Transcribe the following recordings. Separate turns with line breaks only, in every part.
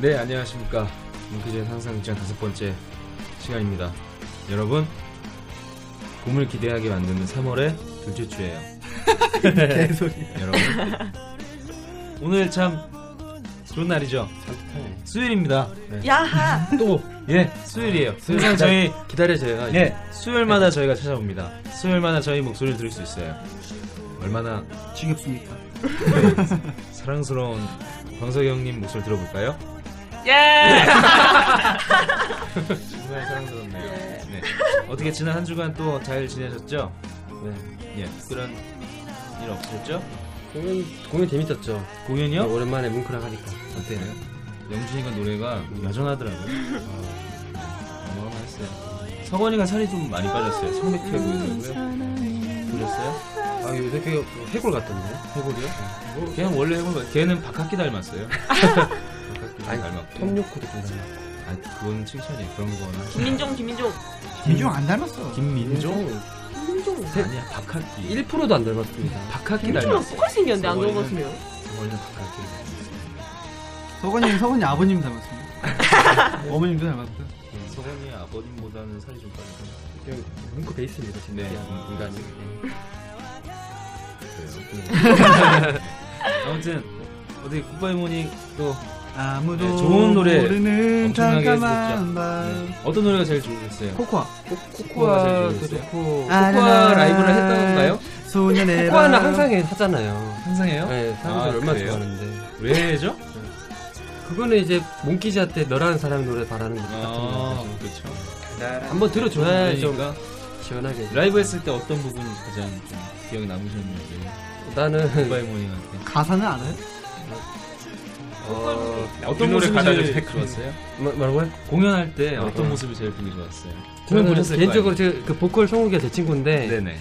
네, 안녕하십니까. 몽키즈의 상상극장 다섯 번째 시간입니다. 여러분, 봄을 기대하게 만드는 3월의 둘째 주예요. 여러분, 오늘 참 좋은 날이죠. 수요일입니다. 네.
야하
또 예, 수요일이에요. 수요일 저희
네. 기다려줘요. 네.
예, 수요일마다 저희가 찾아옵니다. 수요일마다 저희 목소리를 들을 수 있어요. 얼마나 네,
지겹습니까?
사랑스러운 광석이 형님 목소리 들어볼까요? 예! 정말 사랑스럽네요. 네. 어떻게 지난 한 주간 또 잘 지내셨죠? 네. 예, 특별한 일 없으셨죠?
공연, 공연 재밌었죠?
공연이요?
오랜만에 뭉클랑 하니까.
어때요? 영준이가 노래가 여전하더라고요.
음,
어마어마했어요. 석원이가 살이 좀 많이 빠졌어요. 성백해 보이더라고요. 보셨어요?
아, 요새 꽤 해골 같던데?
해골이요? 네. 걔는 원래 해골 같 걔는 박학기 닮았어요. 박학기
아니,
닮았고.
톰요코도 괜찮아.
아니, 그건 칭찬이에요. 그런 거는.
김민종 김민종
민중 안 닮았어.
김민종?
김민종
아니야, 박학기.
1%도 안 닮았습니다.
음.
음.
박학기
김민종이랑
닮았어.
똑같이 생겼는데 안
저거는-
그러고 으면
원래 박학기 닮았어.
서건이 서건이 아버님 닮았습니다. 어머님도 닮았다.
음, 서건이 아버님보다는 살이 좀 빠졌어요.
여기 뭉크 베이스입니다, 진짜.
네, 음,
인간이.
네. 아무튼, 어디 굿바이 모닝 또
아무도
네, 좋은 노래
모르는
엄청나게
잠깐만
했었죠.
봐.
네. 어떤 노래가 제일 좋으셨어요?
코코아.
코코아도
좋고.
좋고
아,
코코아
나.
라이브를 했던 건가요?
소년의
코코아는
밤.
항상 하잖아요.
항상 해요?
네,
아,
사람들 이 얼마나
그래요?
좋아하는데.
왜죠?
그거는 이제 몽키즈한테 너라는 사람 노래 바라는 것
아,
같은 거죠.
그렇죠.
한번 들어줘야 좀
그러니까
시원하게.
라이브 했을 때 어떤 부분이 가장 좀 기억에 남으셨는지
나는
굿바이 모닝한테
가사는 알아요?
어,
어떤
노래
모습이
가사를
제일
백-
좋았어요?
뭐- 뭐라고요?
공연할 때
어,
어떤
어.
모습이 제일 보기 좋았어요? 공연
저는
보셨을
개인적으로
거
제가 그 보컬 성욱이가 제 친구인데
아니에요? 네네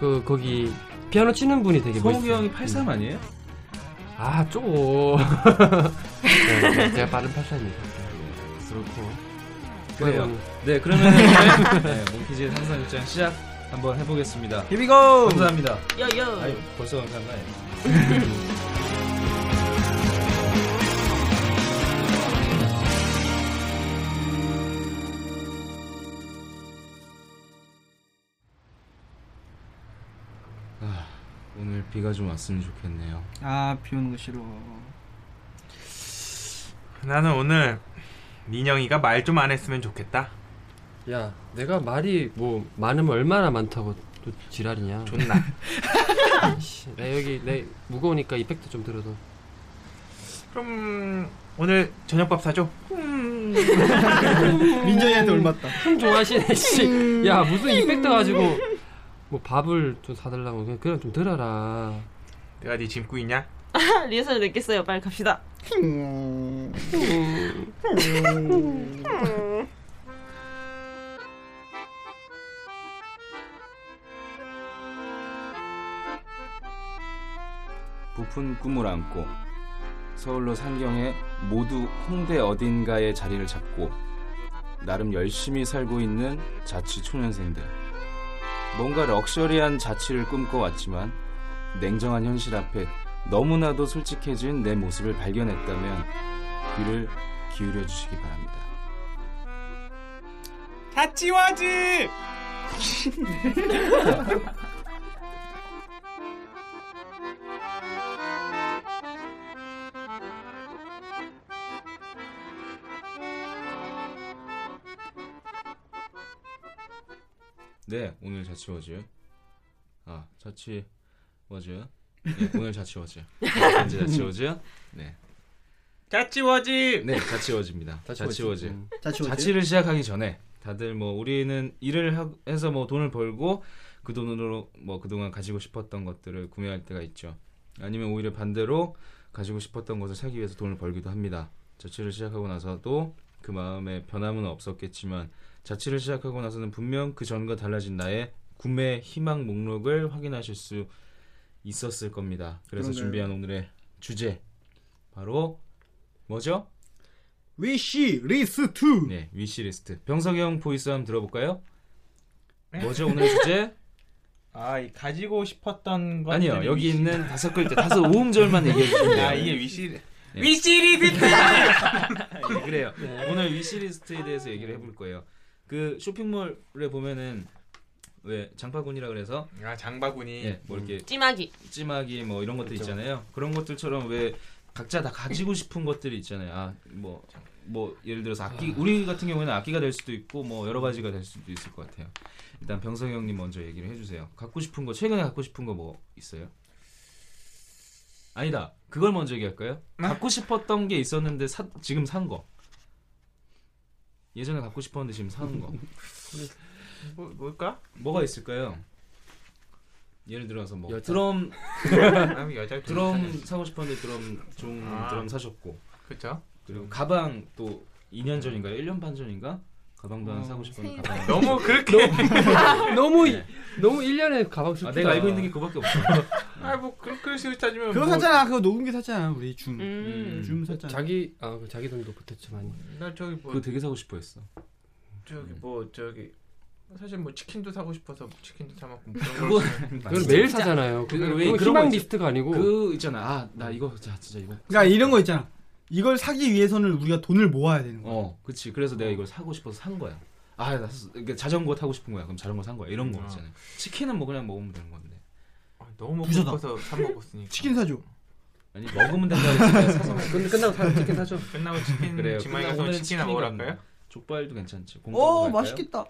그 거기 피아노 치는 분이 되게
성욱이
멋있어요. 음.
형이 83 아니에요? 음.
아, 쪼. 네, 제가 빠른 83입니다. 그렇고.
그래요.
그리고
네 그러면 오늘 네, 몽키즈의 상상 극장 시작 한번 해보겠습니다
히비고.
감사합니다
여여
아유 벌써 감사합니다
아, 오늘 비가 좀 왔으면 좋겠네요.
아비 오는 거 싫어.
나는 오늘 민영이가 말 좀 안 했으면 좋겠다.
야, 내가 말이 뭐 많으면 얼마나 많다고 또 지랄이냐.
존나.
씨, 내 여기 내 무거우니까 이펙트 좀 들어도.
그럼 오늘 저녁밥 사줘.
민정이한테 올맞다.
참 좋아하시네, 씨. 야, 무슨 이펙트 가지고 뭐 밥을 좀 사달라고 그냥 그냥 좀 들어라.
내가 네 짐꾸 있냐?
리허설 냈겠어요 빨리 갑시다
부푼 꿈을 안고 서울로 상경해 모두 홍대 어딘가에 자리를 잡고 나름 열심히 살고 있는 자취 초년생들. 뭔가 럭셔리한 자취를 꿈꿔왔지만 냉정한 현실 앞에 너무나도 솔직해진 내 모습을 발견했다면 귀를 기울여 주시기 바랍니다.
자취와지.
네, 오늘 자취워즈. 아, 자취워즈. 네, 오늘 자취워즈. 언제 자취워즈? 네. 자취워즈. 네, 자취워즈입니다. 자취워즈.
자취 자취
자취를 시작하기 전에 다들 뭐 우리는 일을 하- 해서 뭐 돈을 벌고 그 돈으로 뭐 그동안 가지고 싶었던 것들을 구매할 때가 있죠. 아니면 오히려 반대로 가지고 싶었던 것을 사기 위해서 돈을 벌기도 합니다. 자취를 시작하고 나서도 그 마음에 변함은 없었겠지만 자취를 시작하고 나서는 분명 그 전과 달라진 나의 구매 희망 목록을 확인하실 수 있었을 겁니다. 그래서
그러네요.
준비한 오늘의 주제 바로 뭐죠?
위시 리스트
네, 위시리스트. 병석이 형 보이스 한번 들어볼까요?
네.
뭐죠 오늘 주제?
아, 이 가지고 싶었던 것
아니요 여기 있는 다섯 글자 다섯 오음절만 얘기해 주시면 돼요.
아, 이게 위시
네.
위시리스트.
네, 그래요. 오늘 위시리스트에 대해서 얘기를 해볼 거예요. 그 쇼핑몰에 보면은 왜 장바구니라 그래서
아, 장바구니.
예, 뭐 이렇게
찜하기.
찜하기 뭐 이런 것들 있잖아요. 그런 것들처럼 왜 각자 다 가지고 싶은 것들이 있잖아요. 아, 뭐, 뭐 예를 들어서 악기 우리 같은 경우에는 악기가 될 수도 있고 뭐 여러 가지가 될 수도 있을 것 같아요. 일단 병성이 형님 먼저 얘기를 해주세요. 갖고 싶은 거 최근에 갖고 싶은 거 뭐 있어요? 아니다. 그걸 먼저 얘기할까요? 갖고 싶었던 게 있었는데 사- 지금 산 거. 예전에 갖고 싶었는데 지금 사는 거.
뭐, 뭘까?
뭐가 있을까요? 예를 들어서 뭐
여자.
드럼
아, 여자
드럼 사고 싶었는데 드럼 좋은
아.
드럼 사셨고
그렇죠.
그리고 가방 또 2년 전인가요? 1년 반 전인가? 가방도 하나
어.
사고 싶었는데 가방
너무 그렇게
너무
네.
너무 1년에 가방
아,
쓰다
내가 알고 있는 게 그밖에 없어.
아뭐 그렇게 식으로 따지면
그거
뭐,
샀잖아 그거 녹음기 샀잖아 우리 줌줌
음.
샀잖아
자기 아그 자기 돈도 보탰죠 많이.
나 저기 뭐
그거 되게 사고 싶어했어.
저기 뭐 저기 사실 뭐 치킨도 사고 싶어서 치킨도 사 먹고
그거
그걸 매일 사잖아요. 그,
그걸
그,
왜
건
그런 거
희망
있죠?
리스트가 아니고
그 있잖아. 아, 나 이거 자, 진짜 이거.
그러니까 이런 거 있잖아 이걸 사기 위해서는 우리가 돈을 모아야
음.
되는 거야
어, 그치 그래서 내가 이걸 사고 싶어서 산 거야. 아, 나 스- 그러니까 자전거 타고 싶은 거야. 그럼 자전거 산 거야. 이런 거
음, 어.
있잖아. 치킨은 뭐 그냥 먹으면 되는 건데.
아, 너무 먹고
부자다.
싶어서 사 먹었으니까
치킨 사줘
아니 먹으면 된다 그랬지. 사서 먹-
근데 끝나고 사 치킨 사죠.
끝나고 치킨
그래요.
지망이
끝나고 오늘은
가서 그러니까 치킨이나
치킨이
먹으랄까요?
족발도 괜찮지.
오 어, 맛있겠다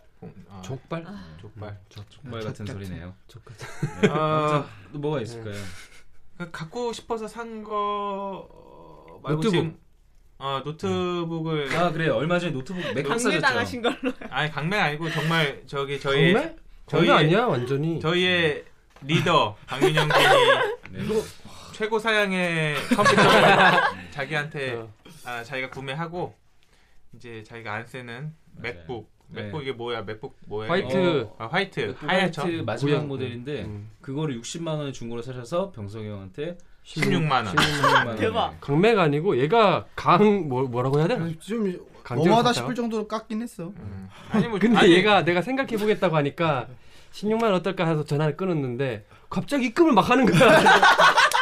아,
족발.
음.
족발
아, 족발 같은
족 같은-
소리네요.
족발.
아,
또 뭐가 있을까요?
그 갖고 싶어서 산거 말고
노트북.
지금 아 노트북을
아 그래요. 얼마 전에 노트북 맥북
강제
사줬죠.
당하신 걸로.
아니 강매 아니고 정말 저기 저희
정말?
저희-
정말 아니야 완전히.
저희의 리더 박민영 군이
네.
최고 사양의 컴퓨터를 자기한테
어.
아, 자기가 구매하고 이제 자기가 안 쓰는
맞아요.
맥북
네.
맥북 이게 뭐야 맥북 뭐예요?
화이트
아, 화이트
맥북
하얗죠?
화이트 그 마지막
모양.
모델인데
음.
그거를 60만 원에 중고로 사셔서 병성이 형한테
16만 원.
16만 원.
아, 대박.
강매가 아니고 얘가 강 뭐, 뭐라고 해야 되나?
좀
강제로 샀다가?
너무하다 싶을 정도로 깎긴 했어
음. 아니 뭐
근데
아니,
얘가 내가 생각해 보겠다고 하니까 16만 원 어떨까 해서 전화를 끊었는데 갑자기 입금을 막 하는 거야.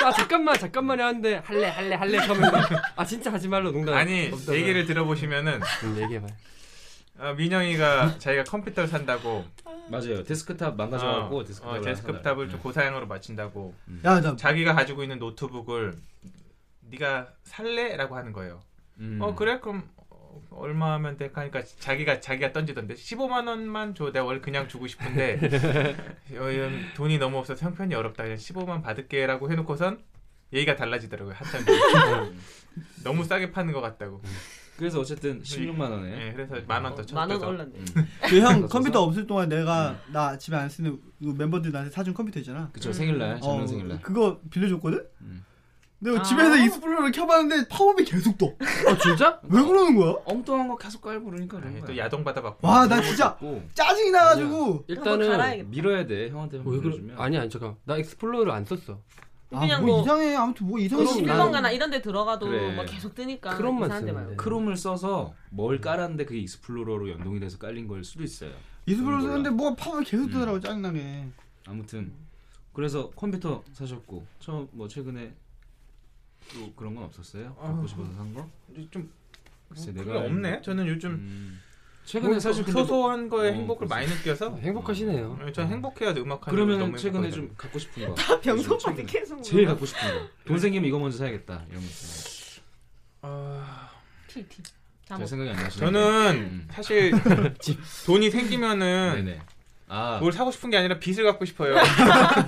아 잠깐만 잠깐만이 하는데 할래 할래 할래 하면 아 진짜 하지 말로 농담.
아니
없다고요.
얘기를 들어보시면은
음, 얘기해봐.
어, 민영이가 자기가 컴퓨터를 산다고
맞아요. 데스크탑 망가져갖고
어,
데스크탑을, 네.
어, 데스크탑을 좀 고사양으로 맞춘다고
야나
자기가 가지고 있는 노트북을 네가 살래라고 하는 거예요.
음.
어 그래 그럼 어, 얼마 하면 돼? 하니까 자기가 자기가 던지던데 15만 원만 줘 내가 원래 그냥 주고 싶은데 어, 이건 돈이 너무 없어서 형편이 어렵다 그냥 15만 받을게라고 해놓고선 얘기가 달라지더라고요 한참 뒤에. 너무 싸게 파는 것 같다고
그래서
네.
어쨌든 16만 원에. 음.
예, 그래서 만 원 더
만 원
쳐서
올랐네.
그형 컴퓨터 없을 동안 내가 나 집에 안 쓰는 그 멤버들이 나한테 사준 컴퓨터 있잖아.
그쵸 생일날 작년
어,
생일날.
그거 빌려줬거든?
음.
근데 뭐
아.
집에서 익스플로러를 켜봤는데 팝업이 계속 떠. 왜
어 진짜?
그러는 거야?
엉뚱한 거 계속 깔부르니까 그런 거야.
예, 또 야동 받아봤고
와, 나 진짜
고
짜증이 나가지고.
한번
일단은
갈아야겠다.
밀어야 돼 형한테
왜
한번
그래?
보여주면.
아니 아니 잠깐 나 익스플로러를 안 썼어.
아,
그냥
뭐
뭐
이상해. 아무튼 뭐 이상해.
11번 가나 이런 데 들어가도
그래.
막 계속 뜨니까
크롬만
이상한 데
쓰는데.
말고.
크롬을 써서 뭘 깔았는데 그게 익스플로러로 연동이 돼서 깔린 걸 수도 있어요.
익스플로러
몰라.
쓰는데 뭐가 팝업이 계속
음.
뜨더라고, 짜증나게.
아무튼 그래서 컴퓨터 사셨고 처음 뭐 최근에 또 그런 건 없었어요? 갖고 싶어서 산 거?
좀
글쎄
아, 그게
내가 뭐
없네 저는 요즘
음.
뭐,
최근에 사실 근데
소소한 거에
어,
행복을
그렇지.
많이 느껴서
행복하시네요.
어, 전 행복해야 돼 음악 하는 거
그러면
너무
최근에
행복하잖아요.
좀 갖고 싶은 거
병성
최근에
밖에 계속.
제일 갖고 싶은
네.
거돈 생기면 이거 먼저 사야겠다 이런 거 있잖아요
아,
TT. 뭐.
뭐.
잘 생각이 안 나시네요
저는
음.
사실 돈이 생기면은
네네 아
뭘 사고 싶은 게 아니라 빚을 갖고 싶어요.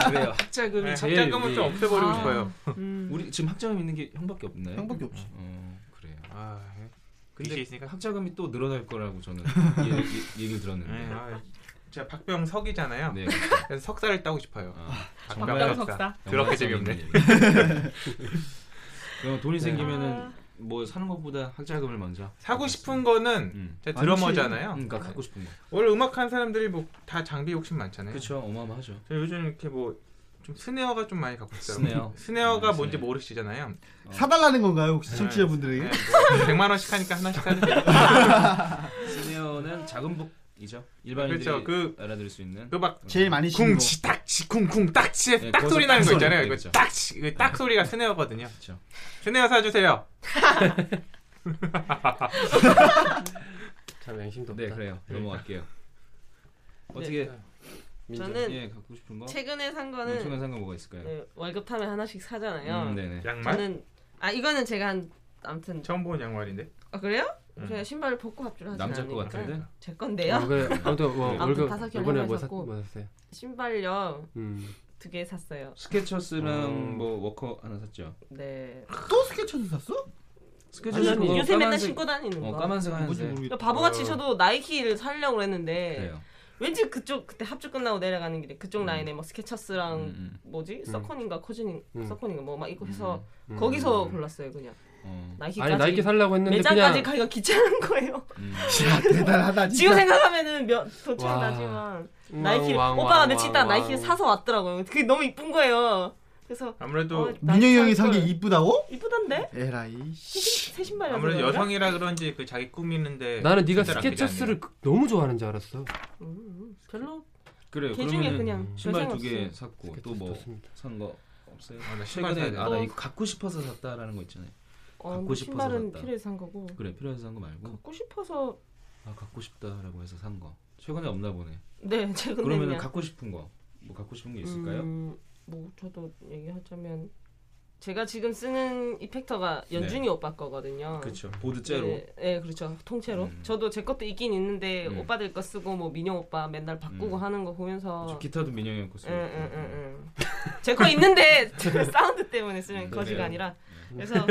그래요. 학자금이
네,
제일
학자금을
우리-
좀 없애버리고
아.
싶어요.
음.
우리 지금 학자금 있는 게 형밖에 없네.
형밖에 없지.
어, 그래요.
아, 예.
근데
빚이 있으니까.
학자금이 또 늘어날 거라고 저는 예, 예, 얘기를 들었는데.
네, 아, 제가 박병 석이잖아요.
네. 그렇죠.
그래서 석사를 따고 싶어요.
아,
박병 석사.
그렇게 재미없네.
그럼 돈이
네.
생기면은 뭐 사는 것보다 학자금을 먼저
사고 싶은 거는
음.
제가
아니지.
드러머잖아요. 네.
그러니까 갖고 싶은 거.
원래 음악하는 사람들이 뭐 다 장비 욕심 많잖아요.
그렇죠. 어마어마하죠.
저 요즘 이렇게 뭐 좀 스네어가 좀 많이 갖고 있어요.
스네어.
스네어가
음,
뭔지
스네어.
모르시잖아요.
사달라는 건가요 혹시
네.
청취자분들에게?
네, 뭐 100만 원씩 하니까 하나씩 사는 게
스네어는 작은 북이죠. 일반인들이
그렇죠. 그
알아들을 수 있는.
그막
제일 많이 치는 거.
쿵치 딱치 쿵쿵 딱치
네,
딱
거기서
소리 나는
딱
거
소리
있잖아요. 이거
그렇죠.
딱치 이거 딱 소리가 스네어거든요.
그렇죠.
스네어 사주세요.
참 양심도 없다.
네, 그래요. 넘어갈게요. 어떻게
네.
민정.
저는
예, 갖고 싶은 거?
최근에 산
네,
거는
최근 산거 뭐가 있을까요?
네, 월급 타면 하나씩 사잖아요.
음, 네네.
양말?
저는 아 이거는 제가 한 아무튼
처음 본 양말인데.
아, 그래요?
음.
제가 신발을 벗고 합주를 하지
남자 거
않으니까
같은데?
제 건데요.
어, 그래. 아무튼 뭐
아무튼
월급
다섯 개를
이번에 뭐
하나
샀-
샀고.
뭐 샀어요?
신발요
음.
두 개 샀어요.
스케쳐스랑
어.
뭐 워커 하나 샀죠.
네.
또 스케쳐도 샀어?
스케쳐스
아니,
그거
요새 맨날
까만색-
신고 다니는
어,
거.
까만색
뭔지
하얀색.
그러니까
모르겠다.
바보같이
어.
저도 나이키를 사려고 그랬는데
그래요.
왠지 그쪽 그때 합주 끝나고 내려가는 길에 그쪽
음.
라인에 뭐 스케쳐스랑
음,
뭐지 서콘인가 코즈인
음.
서콘인가 뭐 막 이거 해서
음.
거기서 골랐어요 그냥
어.
나이키까지
아니 나이키 살라고 했는데
매장까지
그냥
가기가 귀찮은 거예요.
음.
야
지금
대단하다 아, 진짜.
생각하면은 몇 도착
와.
나지만
왕,
나이키
음, 왕,
오빠가
왕,
며칠
왕,
있다
왕.
나이키를 사서 왔더라고요. 그게 너무 이쁜 거예요. 그래서
아무래도
어,
민영이
나이키
형이
살
산
네.
게
걸.
이쁘다고?
이쁘던데
에라이.
새 신발이라서
아무래도
그런가?
여성이라 그런지 그 자기 꾸미는데
나는 네가
진짜로 안 그게
스케쳐스를 그- 너무 좋아하는 줄 알았어.
음, 별로
그래요.
개 중에
그러면은
그냥
신발
별생
두 개
없어요.
샀고
스케쳐스
또 뭐
좋습니다.
산 거 없어요?
아니라. 아, 나 신발 사야
최근에
돼.
아 나
어.
이거 갖고 싶어서 샀다라는 거 있잖아요.
어,
갖고
근데
싶어서
신발은
샀다.
필요해서 산 거고
그래 필요해서 산 거 말고
갖고 싶어서
아 갖고 싶다라고 해서 산 거. 최근에 없나 보네.
네 최근에
그러면은
그냥
갖고 싶은 거. 뭐 갖고 싶은 게 있을까요?
음, 뭐 저도 얘기하자면 제가 지금 쓰는 이펙터가 연준이 오빠 거거든요.
네. 그렇죠. 보드째로.
네, 네, 그렇죠. 통째로.
음.
저도 제 것도 있긴 있는데
음.
오빠들 거 쓰고 뭐 민영 오빠 맨날 바꾸고
음.
하는 거 보면서
그렇죠. 기타도 민영이
음,
형거 쓰고. 있고.
제거 있는데 사운드 때문에 쓰는 거지가
그래요.
아니라
네.
그래서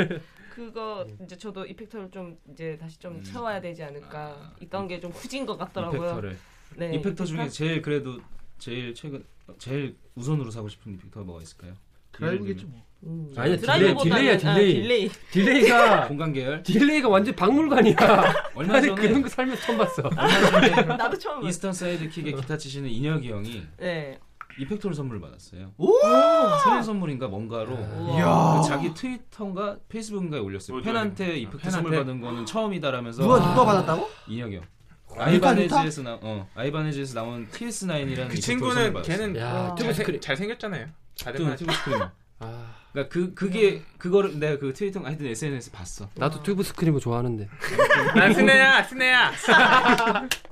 그거 이제 저도 이펙터를 좀 이제 다시 좀
음.
채워야 되지 않을까
아.
있던 게 좀 후진 것 같더라고요.
이펙터를.
네,
이펙터 중에 제일 그래도 제일 최근 어, 제일 우선으로 사고 싶은 이펙터가 뭐가 있을까요?
그러겠죠 뭐.
음.
아니야,
드라이버보다는-
딜레이야,
아,
딜레이.
딜레이.
딜레이가
공간 계열
딜레이가 완전 박물관이야.
얼마
나는
전에
그런 거 살면서 처음 봤어.
나도 처음.
그-
봤어요.
네. 이스턴 사이드킥의 기타 치시는 인혁이 형이
네.
이펙터를 선물 받았어요.
오!
생일 선물인가 뭔가로
이야.
그 자기 트위터인가 페이스북인가에 올렸어요.
뭐죠?
팬한테 이펙터
팬한테?
선물 받은 거는 처음이다라면서 아,
누가 누가 받았다고?
인혁이 형.
누가
아이바네즈에서 나, 어, 아이바네즈에서 나온 TS9이라는
그 친구는 걔는
야,
잘,
튜브스크린.
생- 잘생겼잖아요.
튜브
잘생겼.
튜브 스크리머.
아,
그러니까 그 그게 그거를 내가 그 트위터 하여튼 SNS 에 봤어.
나도 튜브 스크림을 좋아하는데.
난 스네야, 스네야.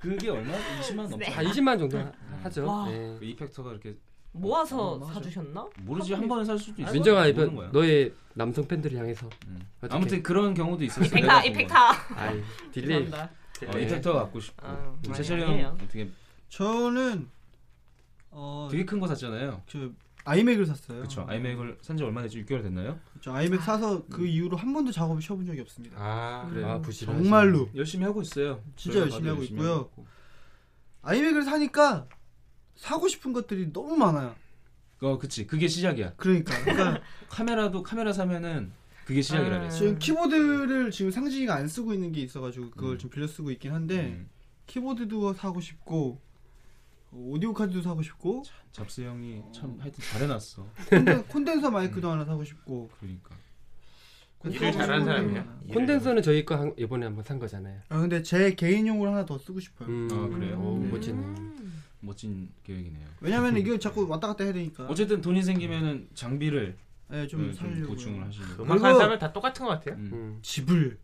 그게 얼마? 20만 원
네.
넘지?
한 20만 정도 하- 하죠.
와.
네.
그 이펙터가 이렇게
모아서
어마어마하죠.
사주셨나?
모르지 한 번에 살 수도 있어.
민정아
모르는
이번
거야.
너의 남성 팬들을 향해서.
음.
어떡해.
아무튼 그런 경우도 있었어.
아, 이펙터, 이펙터.
아이 딜레이.
죄송합니다.
어, 이펙터 갖고 싶고.
아유, 많이
재철이
아니에요.
형 어떻게
저는 어
되게 큰 거 샀잖아요.
저 아이맥을 샀어요.
그렇죠. 아이맥을 산지 얼마 됐죠? 6개월 됐나요?
저 아이맥 사서 그 이후로 한 번도 작업을 쉬어본 적이 없습니다.
아,
그래요.
아 부실.
정말로
열심히 하고 있어요.
진짜
저희가
열심히
다들
하고 있고요. 아이맥을 사니까 사고 싶은 것들이 너무 많아요.
있고. 어, 그치. 그게 시작이야.
그러니까 그러니까
카메라도 카메라 사면은 그게 시작이라네.
음.
지금 키보드를 지금 상진이가 안 쓰고 있는 게 있어가지고 그걸
음.
좀 빌려 쓰고 있긴 한데 키보드도 사고 싶고 오디오 카드도 사고 싶고
잡스 형이 참 하여튼 잘해놨어.
콘덴, 콘덴서 마이크도 하나 사고 싶고
그러니까.
일을 잘하는 사람이야.
예.
일을.
콘덴서는 저희 거 한, 이번에 한번 산 거잖아요.
아 근데 제 개인용으로 하나 더 쓰고 싶어요.
음.
아, 그래요?
오,
네.
멋지네.
음.
멋진 계획이네요.
왜냐면 이게 자꾸 왔다 갔다 해야 되니까.
어쨌든 돈이 생기면은 장비를 그,
예,
좀,
좀 사려고
보충을 하시고
음악하는
그리고-
사람은 다 똑같은 것 같아요.
음.
음.
집을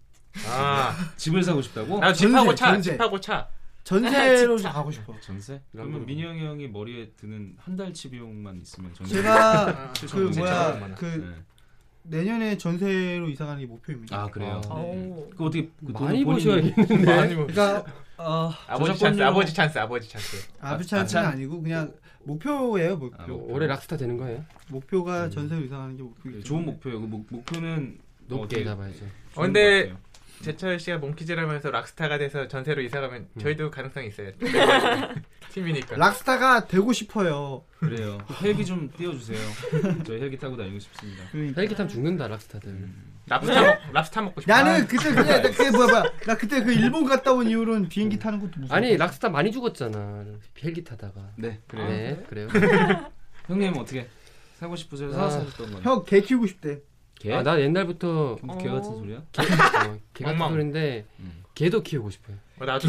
아,
집을 사고 싶다고?
나 집하고
전세,
차,
전세.
집하고 차.
전세로 좀 가고 싶어.
전세?
라면.
그러면 민영이 형이 머리에 드는 한 달치 비용만 있으면 전세.
제가
아,
그
전세
뭐야
많아.
그
네.
내년에 전세로 이사가는 게 목표입니다.
아 그래요.
아.
오.
그 어떻게 그 돈을 본인이-
많이
뭐
보셔야겠는데.
그러니까 어,
네. 아버지 찬스,
저작권료-
아버지 찬스, 아버지 찬스.
아비차는 아니고 그냥 목표예요. 목표.
아,
요- 올해 락스타 되는 거예요?
목표가
음.
전세로 이사가는 게 목표이기
좋은
때문에.
목표예요. 그 목, 목표는
높게
어떻게-
잡아야죠.
어, 근데
좋은 것 같아요.
제철 씨가 몸키질하면서 락스타가 돼서 전세로 이사가면 저희도 가능성이 있어요. 팀이니까.
락스타가 되고 싶어요.
그래요. 헬기 좀 띄워주세요. 저 헬기 타고 다니고 싶습니다.
그러니까.
헬기 타면 죽는다 락스타들.
음.
랍스타 먹, 랍스타 먹고 싶어.
나는 그때 그냥 나 그때 뭐야 뭐야 나 그때 그 일본 갔다 온 이후로는 비행기 타는 것도 무서워.
아니 락스타 많이 죽었잖아. 헬기 타다가.
네 그래요.
네 그래요.
형님 어떻게 사고 싶으세요?
아.
사서 사셨던 거예요?
형 개 키우고 싶대.
개?
아, 나 옛날부터
개 같은 소리야?
개, 어, 개 같은
멍멍.
소리인데
음.
개도 키우고 싶어요.
어, 나도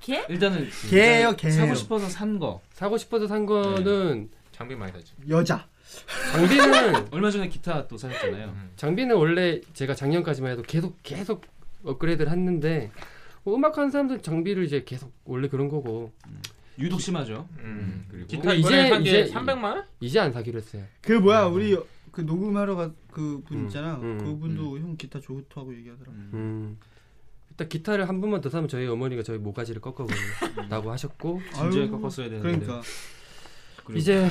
개?
일단은 그
개예요,
일단
개예요.
사고 싶어서 산 거.
사고 싶어서 산 거는
장비 많이 사지.
여자.
네.
장비는
얼마 전에 기타 또 사셨잖아요.
음.
장비는 원래 제가 작년까지만 해도 계속 계속 업그레이드를 했는데 뭐 음악하는 사람들 장비를 이제 계속 원래 그런 거고
유독 심하죠.
음.
그리고
기타
이제-
이번에 산게
이제-
300만 원?
이제 안 사기로 했어요.
그 뭐야 우리 그 녹음하러 가그 분
음,
있잖아.
음,
그분도 형 기타 좋다고 얘기하더라.
음. 일단 기타를 한 번만 더 사면 저희 어머니가 저희 모가지를 꺾어버린다고 하셨고
진지하게
아유,
꺾었어야 되는데.
그러니까
그리고
이제 하,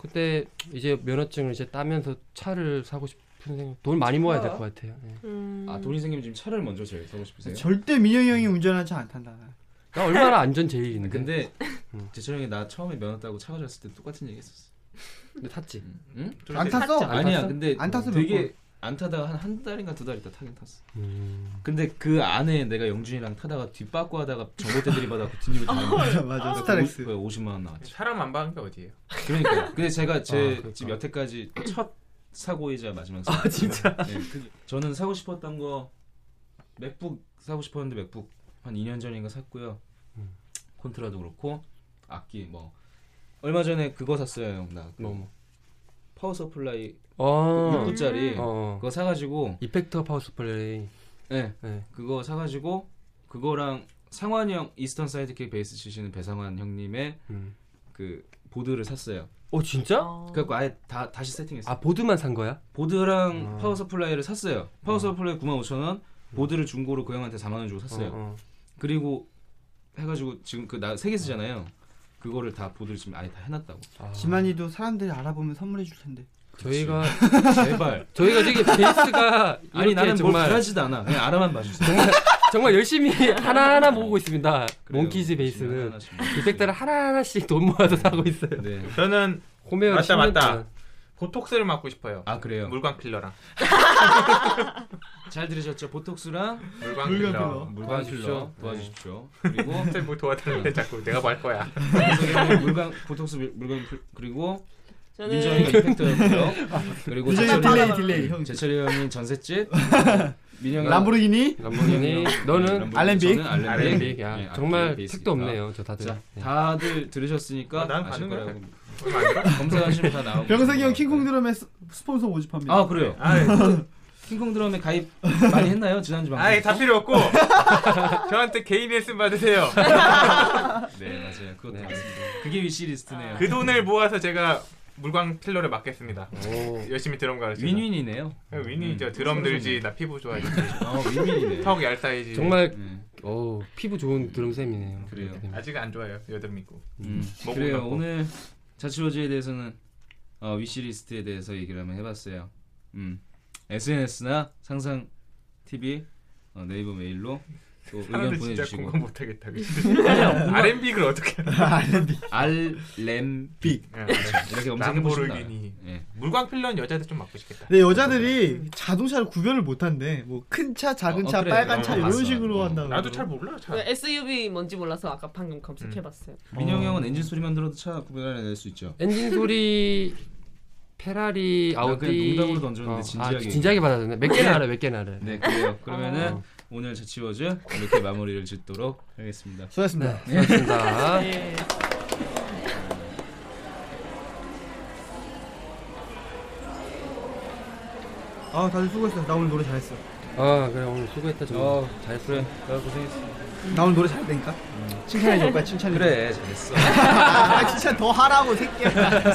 그때 이제 면허증을 이제 따면서 차를 사고 싶은 생각 돈 많이 모아야 될 것 같아요. 예.
음.
아 돈이 생기면 지금 차를 먼저 제일 사고 싶으세요?
절대 민영이 형이 운전하지 않단다.
나 얼마나 안전 제일인데 근데,
근데
음.
제철 형이 나 처음에 면허 따고 차가 졌을 때 똑같은 얘기 했었어.
탔지.
응?
안 탔어?
안
아니야
탔어?
근데
안 탔어, 몇
되게 안 타다가 한 한 달인가 두 달 있다 타긴 탔어.
음.
근데 그 안에 내가 영준이랑 타다가 뒷바꾸 하다가 정보대들이 받아갖고 뒷일을 다
맞아 맞아. 스타렉스.
50만 원 나왔지.
사람 안 박은 게 어디예요?
그러니까. 근데 제가 제
아, 그러니까.
지금 여태까지 첫 사고이자 마지막 사고. 아 진짜. 네, 그- 저는 사고 싶었던 거 맥북 사고 싶었는데 맥북 한 2년 전인가 샀고요.
음.
콘트라도 그렇고 악기 뭐 얼마 전에 그거 샀어요 형 나. 그
뭐, 뭐.
파워 서플라이
어.
6분짜리
어, 어.
그거 사가지고
이펙터 파워스 플레이.
네
네.
그거 사가지고 그거랑 상환이 형 이스턴 사이드킥 베이스 치시는 배상환 형님의
음.
그 보드를 샀어요.
어 진짜?
그래갖고 아예 다 다시 세팅했어요.
아 보드만 산 거야?
보드랑
아. 음.
파워 서플라이를 샀어요. 파워 서플라이 95,000원, 보드를 중고로 그 형한테 4만 원 주고 샀어요.
어,
그리고 해가지고 지금 그 나 세 개 쓰잖아요. 그거를 다 보드를 지금 아예 다 해놨다고.
어. 아.
지만이도 사람들이 알아보면 선물해 줄 텐데.
저희가
제발.
저희가 되게 베이스가
아니 나는
정말
뭘 바라지도 않아. 그냥 알아만 봐주세요.
정말 정말 열심히 하나하나 모으고 있습니다.
그래요.
몽키즈 베이스는 그
하나씩.
이펙터를 하나하나씩 돈 모아서 사고 있어요.
네.
저는
호메어
맞다, 맞다. 보톡스를 맞고 싶어요.
아 그래요.
물광 필러랑.
잘 들으셨죠? 보톡스랑
물광
물광
필러.
물광
도와주십시오.
필러
네.
도와주십시오. 그리고
갑자기 뭐 도와달래 자꾸 내가 뭐 할 거야.
방송에는 물광 보톡스 물- 물광 필- 그리고
저는
민정이가 이펙터였고요. 그리고
민정이
제철이-
딜레이 딜레이 형.
제철이 형이 전셋집 민영이
람보르기니. 네.
네,
람보르기니 너는
알렌비?
알렌비
알렉 야 정말 택도 없네요. 저 다들.
아, 자
네.
다들 들으셨으니까
아, 나는
아실
받는
거라고
얼마 안 들어?
검색하시면 다 나오고
병석이 형 킹콩 드럼의 스- 스폰서 모집합니다.
네. 아 그래요
아,
킹콩 드럼에 가입 많이 했나요 지난주 방송
아예 다 필요 없고 저한테 개인 레슨 받으세요.
네 맞아요 그것도 맞습니다 그게 위시리스트네요
그 돈을 모아서 제가 물광 필러를 맡겠습니다.
오.
열심히 드럼 가르치고.
윈윈이네요
윈윈이죠.
음.
드럼 들지 나 피부 좋아지.
어 윈윈이네
턱 얇사이지.
정말
네,
어 피부 좋은 드럼쌤이네요.
그래요.
아직 안 좋아요. 여드름 있고.
음.
먹고
그래요
먹고.
오늘 자취워즈에 대해서는 어, 위시리스트에 대해서 얘기를 한번 해봤어요 음. SNS나 상상 TV 어, 네이버 메일로 또 의견
사람들 진짜
보내주시고
공감 못하겠다. 그치? R&B 를 어떻게?
알렘빅 그렇죠. 이렇게 검색해 보시면
람보르기니.
예.
물광 필러는 여자들 좀 맡고 싶겠다.
근데 네, 여자들이 자동차를 구별을 못한대. 뭐 큰 차, 작은
어,
차,
그래.
빨간
어,
차
봤어.
이런 식으로
어.
한다고.
나도 잘 몰라.
그
잘.
SUV 뭔지 몰라서 아까 방금 검색해봤어요.
민영 형은 엔진 소리만 들어도 차 구별해낼 수 있죠
엔진 소리 페라리
나 그냥
아우디
농담으로 던졌는데 진지하게
아, 진지하게 받아줬네. 몇 개나 알아? 몇 개나 알아?
네 그래요 그러면은
아.
오늘 자취워즈 이렇게 마무리를 짓도록 하겠습니다
수고하셨습니다.
네.
수고하셨습니다.
예.
아 다들 수고했어. 나 오늘 노래 잘했어.
아 그래 오늘 수고했다 정말.
어, 잘 그래 나 고생했어
나 오늘 노래 잘했다니까.
음.
칭찬해줘 오빠 칭찬해줘.
그래 잘했어
아, 진짜 더 하라고 새끼야.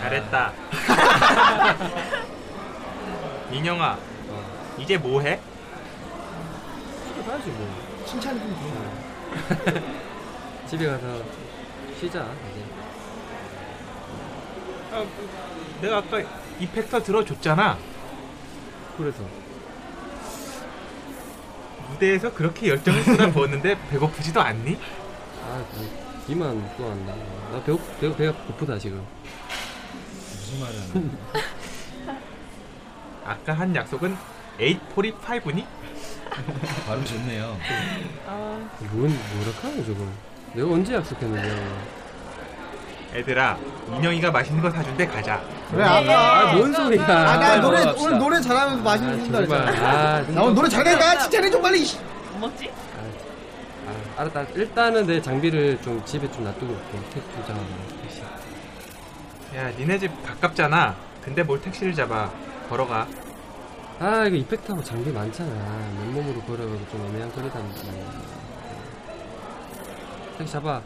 잘했다. 인형아
어.
이제 뭐해?
해야지 뭐.
칭찬 좀 줘.
집에 가서 쉬자. 이제.
내가 아까 이펙터 들어줬잖아
그래서
무대에서 그렇게 열정을 쏟아부었는데 배고프지도 않니?
아 그, 이만 또 왔나? 나 배고 배고 배가 고프다 지금.
무슨 말을 하는 거야?
아까 한 약속은 845이니?
발음 좋네요.
뭔 뭐라 하는 저거? 내가 언제 약속했느냐?
애들아 인형이가 맛있는 거 사준대 가자
그래 아까.
아 뭔 소리야?
아, 나
아,
노래
갑시다.
오늘 노래 잘하면서
아,
맛있는 분다
정말.
했잖아.
아,
나 오늘 노래 잘하니까 칭찬해 좀 빨리. 이씨.
뭐 먹지?
아, 알았다. 일단은 내 장비를 좀 집에 좀 놔두고 올게. 택시 주장하고. 택시.
야 니네 집 가깝잖아 근데 뭘 택시를 잡아 걸어가
아, 이거 이펙트하고 장비 많잖아. 맨몸으로 걸어가고 좀 애매한 거리다. 택시 잡아.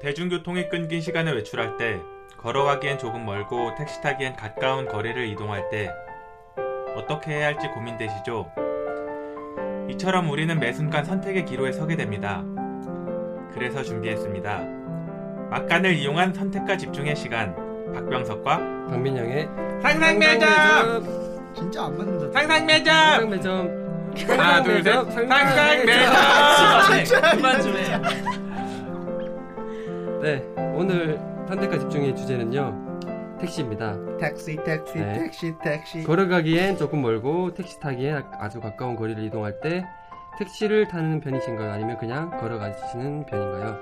대중교통이 끊긴 시간에 외출할 때 걸어가기엔 조금 멀고 택시 타기엔 가까운 거리를 이동할 때 어떻게 해야 할지 고민되시죠? 이처럼 우리는 매 순간 선택의 기로에 서게 됩니다. 그래서 준비했습니다. 막간을 이용한 선택과 집중의 시간 박병석과
박민영의
상상매점!
진짜 안 받는다.
상상매점!
상상매점.
하나 둘셋 상상매점!
그만 좀 해.
네, 오늘 탄대가 집중의 주제는요. 택시입니다.
택시 택시
네.
택시 택시.
걸어가기엔 조금 멀고 택시 타기엔 아- 아주 가까운 거리를 이동할 때 택시를 타는 편이신가요? 아니면 그냥 걸어가시는 편인가요?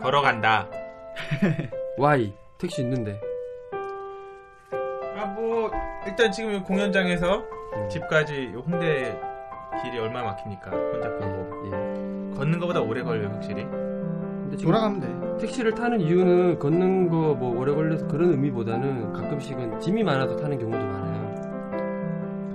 걸어간다.
Y 택시 있는데
아 뭐 일단 지금 이 공연장에서
음.
집까지 요 홍대 길이 얼마 막힙니까? 혼자 보고
예, 예.
걷는 것보다 오래 걸려 요 확실히.
음. 근데 지금
돌아가면 돼.
택시를 타는 이유는 걷는 거 뭐 오래 걸려서 그런 의미보다는 가끔씩은 짐이 많아서 타는 경우도 많아요.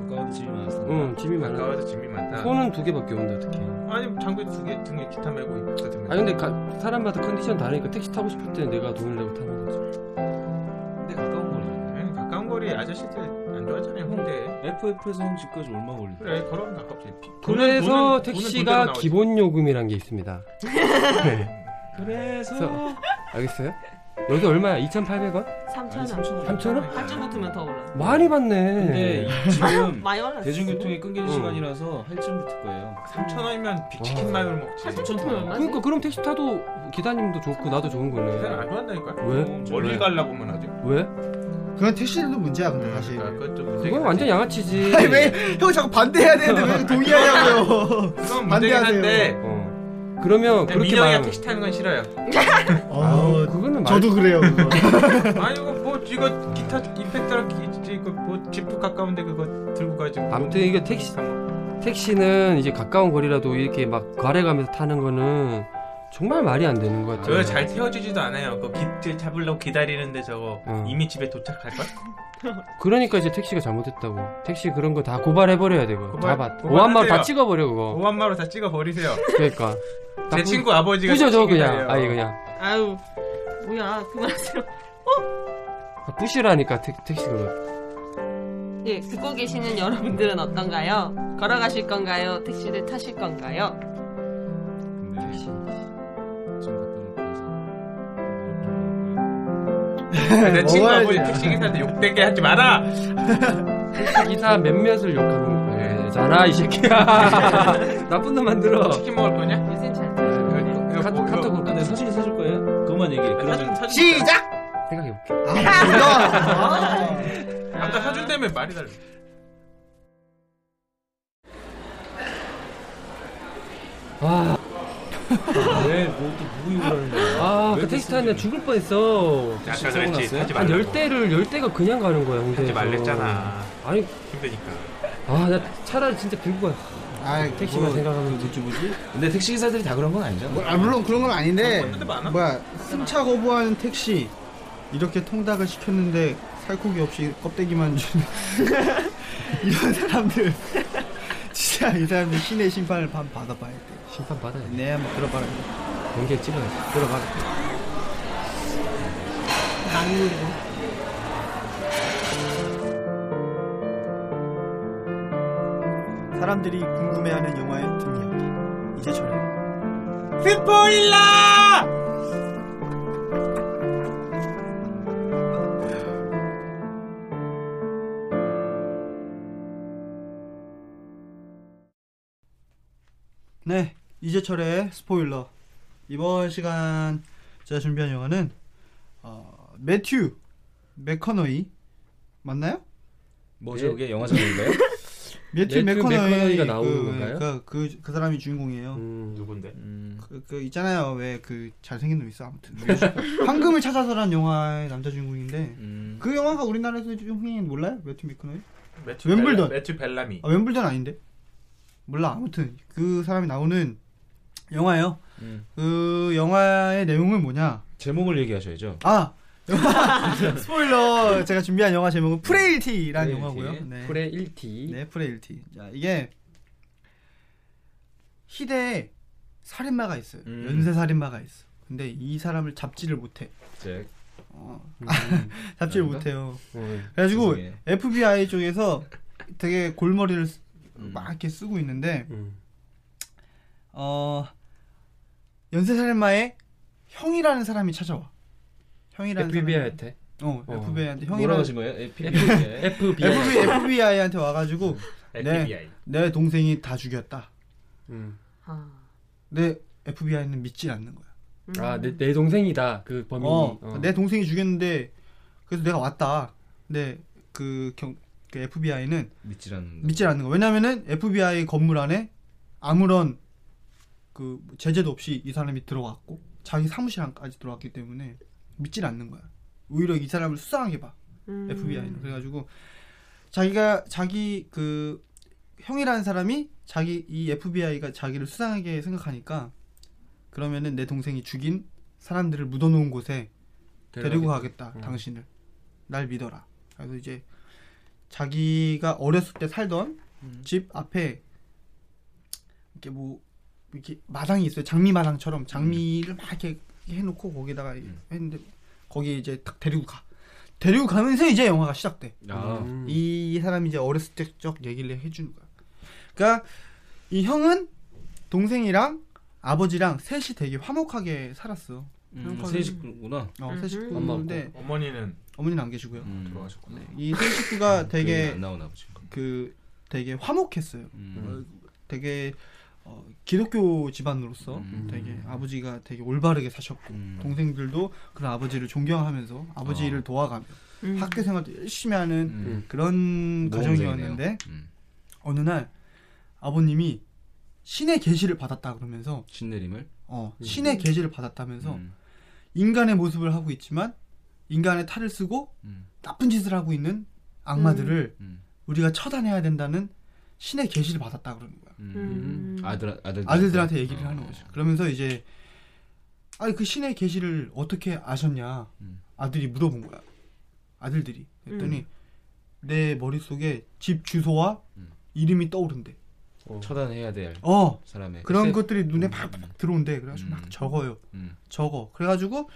가까운 집이 많아서.
응, 짐이 많아서
가와서 짐이 많다.
손은 두 개밖에 없는데 어떡해.
아니 장군 두개 등에 기타 메고 이펙터 들면.
아 근데 가- 사람마다 컨디션 다르니까 택시 타고 싶을 때 내가 돈을 내고 타는 거지.
근데 가까운 거리.
네, 가까운 거리 아저씨들 안 좋아하잖아요 홍대.
FF에서 형 집까지 얼마 걸리?
그래 걸어면 가깝지. 비-
그래서
돈은- 돈은 돈대로
택시가
나오지.
기본 요금이란 게 있습니다. 네.
그래서
그래서- 알겠어요? 여기 얼마야? 2,800원?
3천 원.
3,000원?
한쯤 붙으면 더 올라.
많이 받네.
근데 이- 지금
음. 많이 올라.
대중교통이 끊기는
응.
시간이라서 할증 붙을 거예요.
3천 원이면 빅치킨
와.
마요를 먹지.
한쯤 붙으면 얼마지?
그러니까 그럼 택시 타도 기사님도 좋고 나도 좋은
그건 안
거네.
좋아한다니까.
왜?
멀리
왜?
가려고 하면 아주.
왜?
그건 택시들도 문제야 근데
음,
사실.
그러니까.
그건 좀 문제긴
그건
하지.
완전 양아치지.
아니 왜형 자꾸 반대해야 되는데 왜 동의하냐고요.
그건 문제긴
네.
한데.
반대하세요.
어. 그러면
그냥
그렇게
민영이가
말하면
택시 타는 건 싫어요.
아,
어,
그거는 말...
저도 그래요. 그거.
아니 이거 뭐 이거 기타 임팩트랑 기- 이거 뭐 지프 가까운데 그거 들고 가지고 뭐.
아무튼 이게 택시 택시는 이제 가까운 거리라도 이렇게 막 가래가면서 타는 거는 정말 말이 안 되는 것 같아요.
저거 잘 태워주지도 않아요. 그 기차 잡으려고 기다리는데 저거
어.
이미 집에 도착할 걸?
그러니까 이제 택시가 잘못했다고. 택시 그런 거 다 고발해 버려야 되고.
고발-
다 받.
고발하세요.
오한마로 다 찍어 버려 그거.
오한마로 다 찍어 버리세요.
그러니까. 다
제
부-
친구 아버지가
부셔줘
택시
그냥.
기사예요.
아니 그냥.
아유 뭐야 그만하세요.
부시라니까 택, 택시 그거.
예 듣고 계시는 여러분들은 어떤가요? 걸어가실 건가요? 택시를 타실 건가요?
근데
택시.
지금 갖다 놓고 해서
내 친구
먹어야지.
아버지 택시 기사한테 욕되게 하지 마라.
기사 몇몇을 욕하는 거예요. 자라 이 새끼야. 나쁜 놈 만들어.
치킨 먹을 거냐?
요새 잘 타.
이거- 이거
카-
뭐-
카톡으로.
이거-
근데 네, 사진이 사줄 거예요? 그것만 얘기해.
아,
그러면
사준- 사준-
시작.
생각해 볼게.
아, 몰라.
아까 사준다며 말이 달라.
아,
왜뭐또 누구 욕을 하는 거야?
아,
왜
그 택시
그랬어,
타는데
지금?
죽을 뻔했어.
아까
사고
그랬지.
났어요?
하지
한
말라고.
열 대를 열 대가 그냥 가는 거야 홍대에서.
하지 말랬잖아.
아니,
힘드니까.
아, 나 차라리 진짜 들고 가.
아,
택시만 생각하면
지 근데 택시 기사들이 다 그런 건 아니잖아.
뭐, 아, 물론 그런 건 아닌데
그런 데도 많아?
뭐야 승차 거부하는 택시 이렇게 통닭을 시켰는데 살코기 없이 껍데기만 주는 이런 사람들 진짜 이 사람들 신의 심판을 반 받아봐야 돼.
심판 받아야 돼.
네, 한번 들어봐라.
경기에 찍어야지.
들어봐라.
막물이고.
사람들이 궁금해하는 영화의 뒷이야기. 이제 저래. 스포일러! 네, 이제철의 스포일러. 이번 시간 제가 준비한 영화는 어, 매튜 맥커너이 맞나요?
뭐죠
네.
이게 영화 제목인가요?
매튜
매튜 맥커너이가
맥커너이가
나오는
그,
건가요?
그러니까 그, 그 사람이 주인공이에요.
음,
네.
누군데?
그, 그 있잖아요 왜 그 잘생긴 놈 있어 아무튼 그 황금을 찾아서란 영화의 남자 주인공인데
음.
그 영화가 우리나라에서 좀 흥행 몰라요? 매튜 맥커너이?
매튜 벨라-
웸블던.
매튜 벨라미.
아 웬블던 아닌데 몰라 아무튼 그 사람이 나오는 영화예요.
음.
그 영화의 내용은 뭐냐?
제목을 얘기하셔야죠.
아 영화 스포일러 제가 준비한 영화
네.
제목은 프레일티라는
프레일티.
영화고요. 네.
쿨의 1티.
네, 프레일티. 자, 이게 희대에 살인마가 있어요.
음.
연쇄 살인마가 있어. 근데 이 사람을 잡지를 못해.
잭.
어,
음,
잡지를
아닌가?
못해요.
음.
그래가지고
세상에.
FBI 쪽에서 되게 골머리를 쓰-
음.
막 이렇게 쓰고 있는데
음.
어 연쇄 살인마의 형이라는 사람이 찾아와. 형이라는 사람이-
FBI한테.
어,
어.
FBI한테
뭐라고
형이라는
하신 거예요? 에피비에.
FBI.
FBI, FBI한테 와가지고
네.
FBI.
내 동생이 다 죽였다.
음.
아.
근데 FBI는 믿질 않는 거야.
음.
아, 내, 내 동생이다. 그 범인이.
어,
어.
내 동생이 죽였는데 그래서 내가 왔다. 근데 그, 경, 그 FBI는
믿지라는.
믿질 않는 거. 왜냐면은 FBI 건물 안에 아무런 그 제재도 없이 이 사람이 들어왔고 자기 사무실 안까지 들어왔기 때문에 믿질 않는 거야. 오히려 이 사람을 수상하게 봐.
음.
FBI는 그래가지고 자기가 자기 그 형이라는 사람이 자기 이 FBI가 자기를 수상하게 생각하니까 그러면은 내 동생이 죽인 사람들을 묻어놓은 곳에 데리고 가겠다
음.
당신을 날 믿어라 그래서 이제 자기가 어렸을 때 살던 집 앞에 이렇게 뭐 이렇게 마당이 있어요 장미 마당처럼 장미를 막 이렇게 해놓고 거기다가 했는데 거기 이제 딱 데리고 가 데리고 가면서 이제 영화가 시작돼
아.
음.
이 사람이 이제 어렸을 때적 얘기를 해주는 거야. 그러니까 이 형은 동생이랑 아버지랑 셋이 되게 화목하게 살았어.
음, 세 식구구나.
어,
음.
셋 식구인데
어머니는
어머니는 안 계시고요.
음.
돌아가셨구나.
네, 이셋 식구가
아, 안
되게
나오나 보지.
그 되게 화목했어요.
음.
어, 되게 어, 기독교 집안으로서
음.
되게 아버지가 되게 올바르게 사셨고
음.
동생들도 그런 아버지를 존경하면서 아버지를
어.
도와가며
음.
학교 생활도 열심히 하는
음.
그런
모범생이네요.
가정이었는데
음.
어느 날 아버님이 신의 계시를 받았다 그러면서
신내림을.
어,
음.
신의 계시를 받았다면서
음.
인간의 모습을 하고 있지만 인간의 탈을 쓰고
음.
나쁜 짓을 하고 있는 악마들을
음.
우리가 처단해야 된다는 신의 계시를 받았다 그러는 거야.
음. 아들 네. 어. 아들
아들들한테 얘기를 하는 거죠. 그러면서 이제 아니 그 신의 계시를 어떻게 아셨냐?
음.
아들이 물어본 거야. 아들들이 그랬더니 내 머릿속에 집 주소와
음.
이름이 떠오른대.
처단해야 될
어.
사람의
그런
세-
것들이
음,
눈에
음.
팍팍 들어온대. 그래가지고
음.
막 적어요.
음.
적어. 그래가지고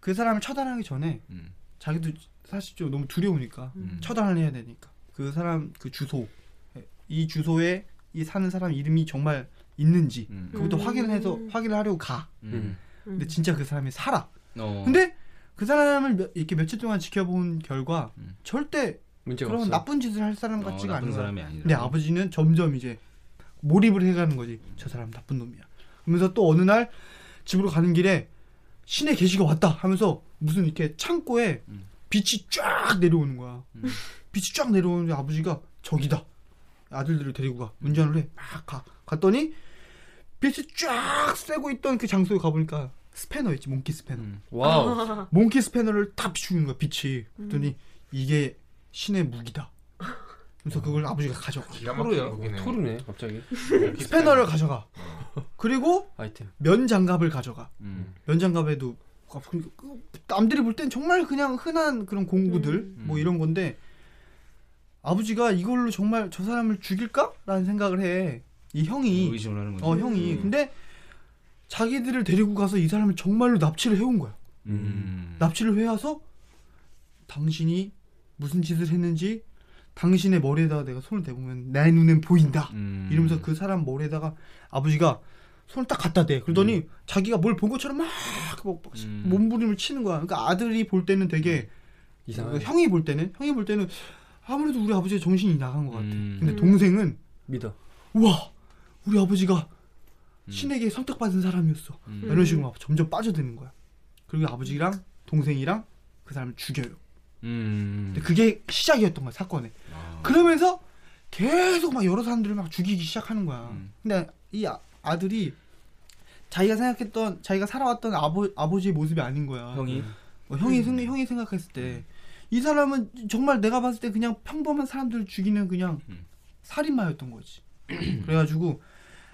그 사람을 처단하기 전에
음.
자기도 사실 좀 너무 두려우니까
음.
처단을 해야 되니까 그 사람 그 주소 이 주소에 이 사는 사람 이름이 정말 있는지
음.
그것도
음.
확인해서 확인을 하려고 가.
음.
음.
근데 진짜 그 사람이 살아.
어.
근데 그 사람을 몇- 이렇게 며칠 동안 지켜본 결과
음.
절대
문제가
그런
없어.
나쁜 짓을 할 사람
어,
같지가
나쁜
않은 거야.
사람이 아니라.
근데 아버지는 점점 이제 몰입을 해가는 거지. 저 사람 나쁜 놈이야. 그러면서 또 어느 날 집으로 가는 길에 신의 계시가 왔다 하면서 무슨 이렇게 창고에
음.
빛이 쫙 내려오는 거야.
음.
빛이 쫙 내려오는데 아버지가 저기다. 아들들을 데리고 가. 운전을 해. 막 가. 갔더니 빛이 쫙 쐬고 있던 그 장소에 가보니까 스패너 있지. 몽키 스패너.
음.
와우.
몽키 스패너를 다 비추는 거야. 빛이. 그랬더니 이게 신의 무기다.
어.
그래서 그걸 아버지가 가져가.
기가 막힌
토르야.
곡이네.
토르네 갑자기.
스패너를 가져가.
어.
그리고
아이템.
면 장갑을 가져가.
음.
면 장갑에도 아, 그- 그 남들이 볼 땐 정말 그냥 흔한 그런 공구들
음.
뭐 이런 건데 아버지가 이걸로 정말 저 사람을 죽일까라는 생각을 해. 이 형이
의심을 하는 거죠.
어 형이
음.
근데 자기들을 데리고 가서 이 사람을 정말로 납치를 해온 거야.
음.
납치를 해와서 당신이 무슨 짓을 했는지 당신의 머리에다가 내가 손을 대보면 내 눈엔 보인다.
음.
이러면서 그 사람 머리에다가 아버지가 손을 딱 갖다 대. 그러더니 자기가 뭘 본 것처럼 막, 막, 막
음.
몸부림을 치는 거야. 그러니까 아들이 볼 때는 되게
이상한
형이 볼 때는 형이 볼 때는 아무래도 우리 아버지의 정신이 나간 것 같아.
음.
근데 동생은
믿어.
우와 우리 아버지가 신에게 선택받은 사람이었어.
음.
이런 식으로 막 점점 빠져드는 거야. 그리고 아버지랑 동생이랑 그 사람을 죽여요.
음.
그 근데 그게 시작이었던 거야 사건의.
아.
그러면서 계속 막 여러 사람들을 막 죽이기 시작하는 거야.
음.
근데 이 아, 아들이 자기가 생각했던 자기가 살아왔던 아버 아버지의 모습이 아닌 거야.
형이 음.
어, 형이 생 형이 생각했을 때 이 사람은 정말 내가 봤을 때 그냥 평범한 사람들을 죽이는 그냥
음.
살인마였던 거지. 그래가지고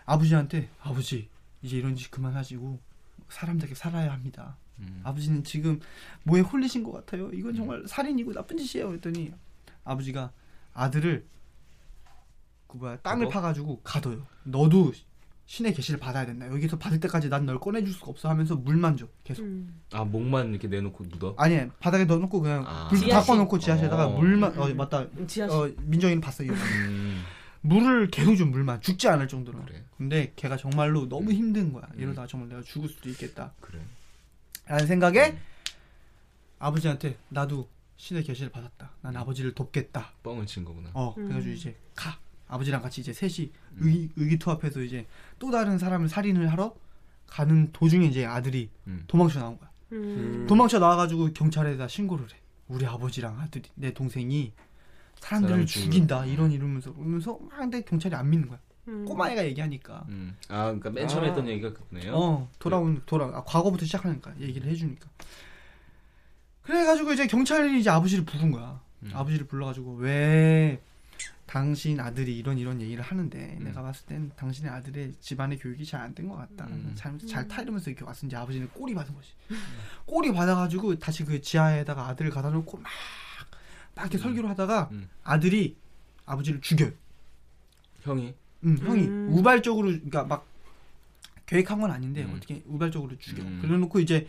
아버지한테 아버지 이제 이런 짓 그만하시고 사람답게 살아야 합니다.
음.
아버지는 지금 뭐에 홀리신 것 같아요. 이건 정말 살인이고 나쁜 짓이에요. 그랬더니 아버지가 아들을 그 뭐야 땅을
가둬?
파가지고 가둬요. 너도 신의 계시를 받아야 된다. 여기서 받을 때까지 난 널 꺼내줄 수가 없어 하면서 물만 줘. 계속.
음.
아 목만 이렇게 내놓고 묻어.
아니 바닥에 넣어놓고 그냥
아.
불
지하실. 음,
닦아놓고 지하실에다가
어.
물만 어 맞다.
지하실.
어 민정이는 봤어 이거.
음.
물을 계속 준 물만 죽지 않을 정도로.
그래
근데 걔가 정말로 너무
음.
힘든 거야.
음.
이러다가 정말 내가 죽을 수도 있겠다.
그래.
라는 생각에 아버지한테 나도 신의 계시를 받았다. 난 아버지를 돕겠다.
뻥을 친 거구나.
어,
음.
그래가지고 이제 가. 아버지랑 같이 이제 셋이 의, 의기투합해서 이제 또 다른 사람을 살인을 하러 가는 도중에 이제 아들이
음.
도망쳐 나온 거야.
음.
도망쳐 나와가지고 경찰에다 신고를 해. 우리 아버지랑 아들이 내 동생이
사람
사람들을 죽인다
죽여.
이런 이러면서 오면서 막 근데 경찰이 안 믿는 거야.
음.
꼬마애가 얘기하니까.
음. 아 그러니까 맨 처음에
아.
했던 얘기가 그거네요.
어 돌아온 돌아 아, 과거부터 시작하니까 얘기를 해주니까 그래가지고 이제 경찰이 이제 아버지를 부른 거야
음.
아버지를 불러가지고 왜 당신 아들이 이런 이런 얘기를 하는데
음.
내가 봤을 땐 당신의 아들의 집안의 교육이 잘 안 된 것 같다
음.
잘잘타 이러면서 이렇게 왔는지 아버지는 꼬리 받은 거지 꼬리 받아가지고 다시 그 지하에다가 아들을 가다 놓고 막 막 이렇게 설교를 하다가
음.
아들이 아버지를 죽여요
형이
음, 형이
음.
우발적으로 그러니까 막 계획한 건 아닌데
음.
어떻게 우발적으로 죽여.
음.
그래놓고 이제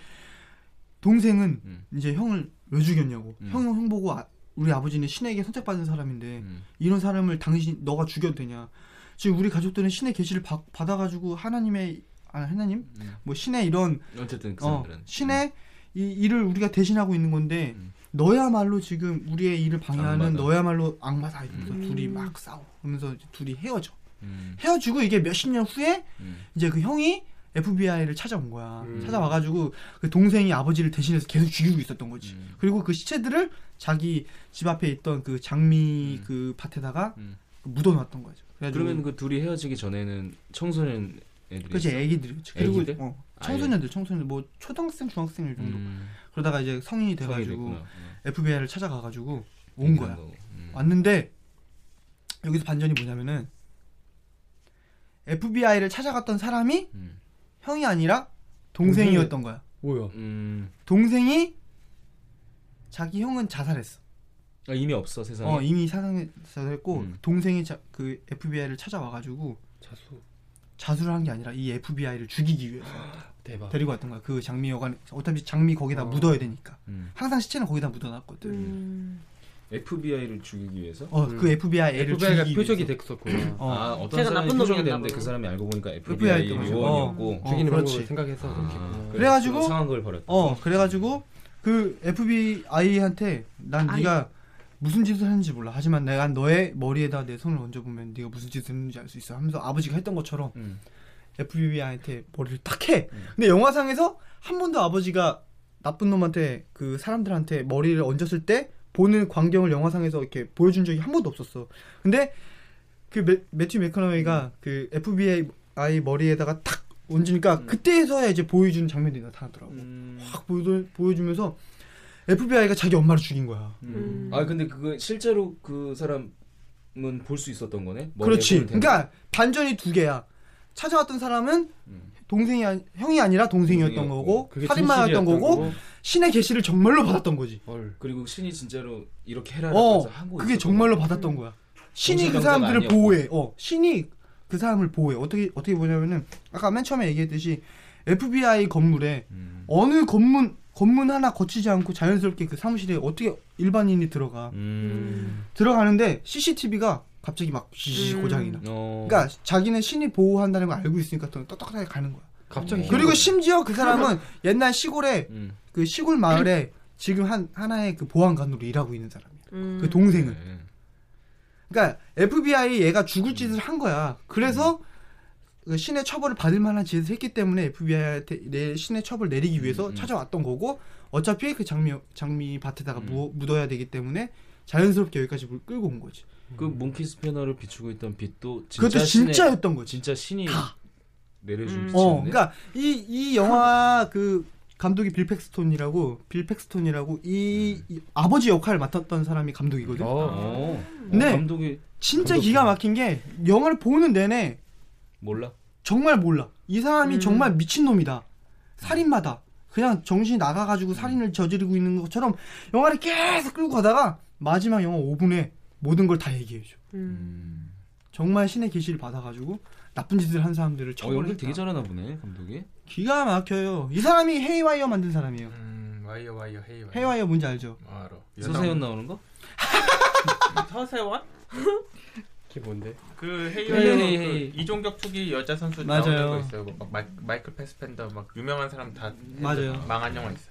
동생은
음.
이제 형을 왜 죽였냐고.
음.
형형 형 보고 아, 우리 아버지는 신에게 선택받은 사람인데
음.
이런 사람을 당신 너가 죽여도 되냐? 지금 우리 가족들은 신의 계시를 받, 받아가지고 하나님의 아 하나님
음.
뭐 신의 이런
어쨌든 그
어,
사람들은
신의 이 일을 우리가 대신하고 있는 건데
음.
너야말로 지금 우리의 일을 방해하는
악마다.
너야말로 악마다 이러면서
음.
둘이 막 싸워. 그러면서 이제 둘이 헤어져.
음.
헤어지고 이게 몇십 년 후에
음.
이제 그 형이 FBI를 찾아온 거야.
음.
찾아와가지고 그 동생이 아버지를 대신해서 계속 죽이고 있었던 거지.
음.
그리고 그 시체들을 자기 집 앞에 있던 그 장미
음.
그 밭에다가
음.
묻어놨던 거죠. 그래가지고
그러면 그 둘이 헤어지기 전에는 청소년 애들이
그치
있어?
애기들이었지. 그리고
애기들? 아, 예.
어, 청소년들 청소년 뭐 초등학생 중학생 이 정도.
음.
그러다가 이제
성인이
성인이 돼가지고
됐구나. 어.
FBI를 찾아가가지고 온 거야.
거고. 음.
왔는데 여기서 반전이 뭐냐면은 FBI를 찾아갔던 사람이
음.
형이 아니라 동생이었던 거야.
뭐야?
음.
동생이 자기 형은 자살했어.
아, 이미 없어 세상에.
어 이미 사상에 자살했고
음.
동생이 자, 그 FBI를 찾아와가지고
자수 아.
자수를 한 게 아니라 이 FBI를 죽이기 위해서
대박.
데리고 왔던 거야. 그 장미 여관 어차피 장미 거기다
어.
묻어야 되니까
음.
항상 시체는 거기다 묻어놨거든.
음.
FBI를 죽이기 위해서
어
음.
그 FBI 애를
FBI가
죽이기
표적이
위해서.
됐었구나.
어.
아 어떤
제가
사람이
나쁜
표적이
놈이었나
됐는데
보네.
그 사람이 알고 보니까
FBI
FBI
였던 거죠.
요원이었고
어,
죽이는 방법을
그렇지.
생각해서 이렇게
아,
그래가지고-
상한 걸 벌였다.
어 그래가지고 그 FBI한테 난
아이.
네가 무슨 짓을 했는지 몰라. 하지만 내가 너의 머리에다 내 손을 얹어보면 네가 무슨 짓을 했는지 알 수 있어. 하면서 아버지가 했던 것처럼
음.
FBI한테 머리를 탁 해. 근데 영화상에서 한 번도 아버지가 나쁜 놈한테 그 사람들한테 머리를 얹었을 때 보는 광경을 영화상에서 이렇게 보여준 적이 한 번도 없었어. 근데 그 매, 매튜 맥커너웨이가 그 FBI 머리에다가 탁 얹으니까 그때서야 이제 보여주는 장면들이 나타나더라고.
음.
확 보여, 보여주면서 FBI가 자기 엄마를 죽인 거야.
음. 아 근데 그거 실제로 그 사람은 볼 수 있었던 거네. 머리에
그렇지.
손을 대면.
그러니까 반전이 두 개야. 찾아왔던 사람은
음.
동생이 아니, 형이 아니라 동생이었던
동생이었고,
거고
그게
살인마였던
진실이었던
거고 신의 계시를 정말로 받았던 거지.
헐.
그리고 신이 진짜로 이렇게 해라라고
어,
해서 하고
그게
있었던
정말로 받았던 거야. 신이
정신
그
병자가
사람들을
아니었고.
보호해. 어, 신이 그 사람을 보호해. 어떻게 어떻게 보냐면은 아까 맨 처음에 얘기했듯이 FBI 건물에
음.
어느 건문 건문 하나 거치지 않고 자연스럽게 그 사무실에 어떻게 일반인이 들어가
음.
들어가는데 CCTV가 갑자기 막 휘-
음.
고장이 나.
어.
그러니까 자기는 신이 보호한다는 걸 알고 있으니까 또 똑똑하게 가는 거야.
갑자기
그리고 심지어 그 사람은 옛날 시골에
음.
그 시골 마을에 지금 한 하나의 그 보안관으로 일하고 있는 사람이야.
음.
그 동생은.
네.
그러니까 FBI 얘가
음.
죽을 짓을 한 거야. 그래서 그 신의 처벌을 받을 만한 짓을 했기 때문에 FBI한테 내 신의 처벌 내리기 위해서
음, 음.
찾아왔던 거고 어차피 그 장미 장미 밭에다가
음.
무- 묻어야 되기 때문에 자연스럽게 여기까지 물 끌고 온 거지.
그 몽키 스패너를 비추고 있던 빛도 진짜
그것도
신의-
진짜였던 거지.
진짜 신이 내려준
음.
빛이었네.
어, 그러니까 이 이 영화 그 감독이 빌 팩스톤이라고 빌 팩스톤이라고 이,
음.
이 아버지 역할을 맡았던 사람이 감독이거든.
어,
아,
어.
네.
어, 감독이
진짜
감독이.
기가 막힌 게 영화를 보는 내내
몰라. 어,
정말 몰라. 이 사람이
음.
정말 미친놈이다. 살인마다. 그냥 정신이
음.
나가가지고 살인을 저지르고 있는 것처럼 영화를 계속 끌고 가다가 마지막 영화 5분에 모든 걸 다 얘기해줘.
음.
정말 신의 계시를 받아가지고 나쁜 짓을 한
어,
사람들을
연기
처벌했다.
되게 잘하나 보네, 감독이.
기가 막혀요. 이 사람이 헤이와이어 만든 사람이에요.
음, 와이어 와이어 헤이 와이어.
헤이와이어 뭔지 알죠?
뭐 알아.
서세현 나오는 거?
여성- 서세원?
이게 뭔데?
그
헤이,
헤이와이어
헤이.
그 이종격 투기 여자 선수
맞아요.
나오는 거 있어요. 뭐 막 마이, 마이클 패스펜더 막 유명한 사람 다
맞아요.
망한 영화 있어.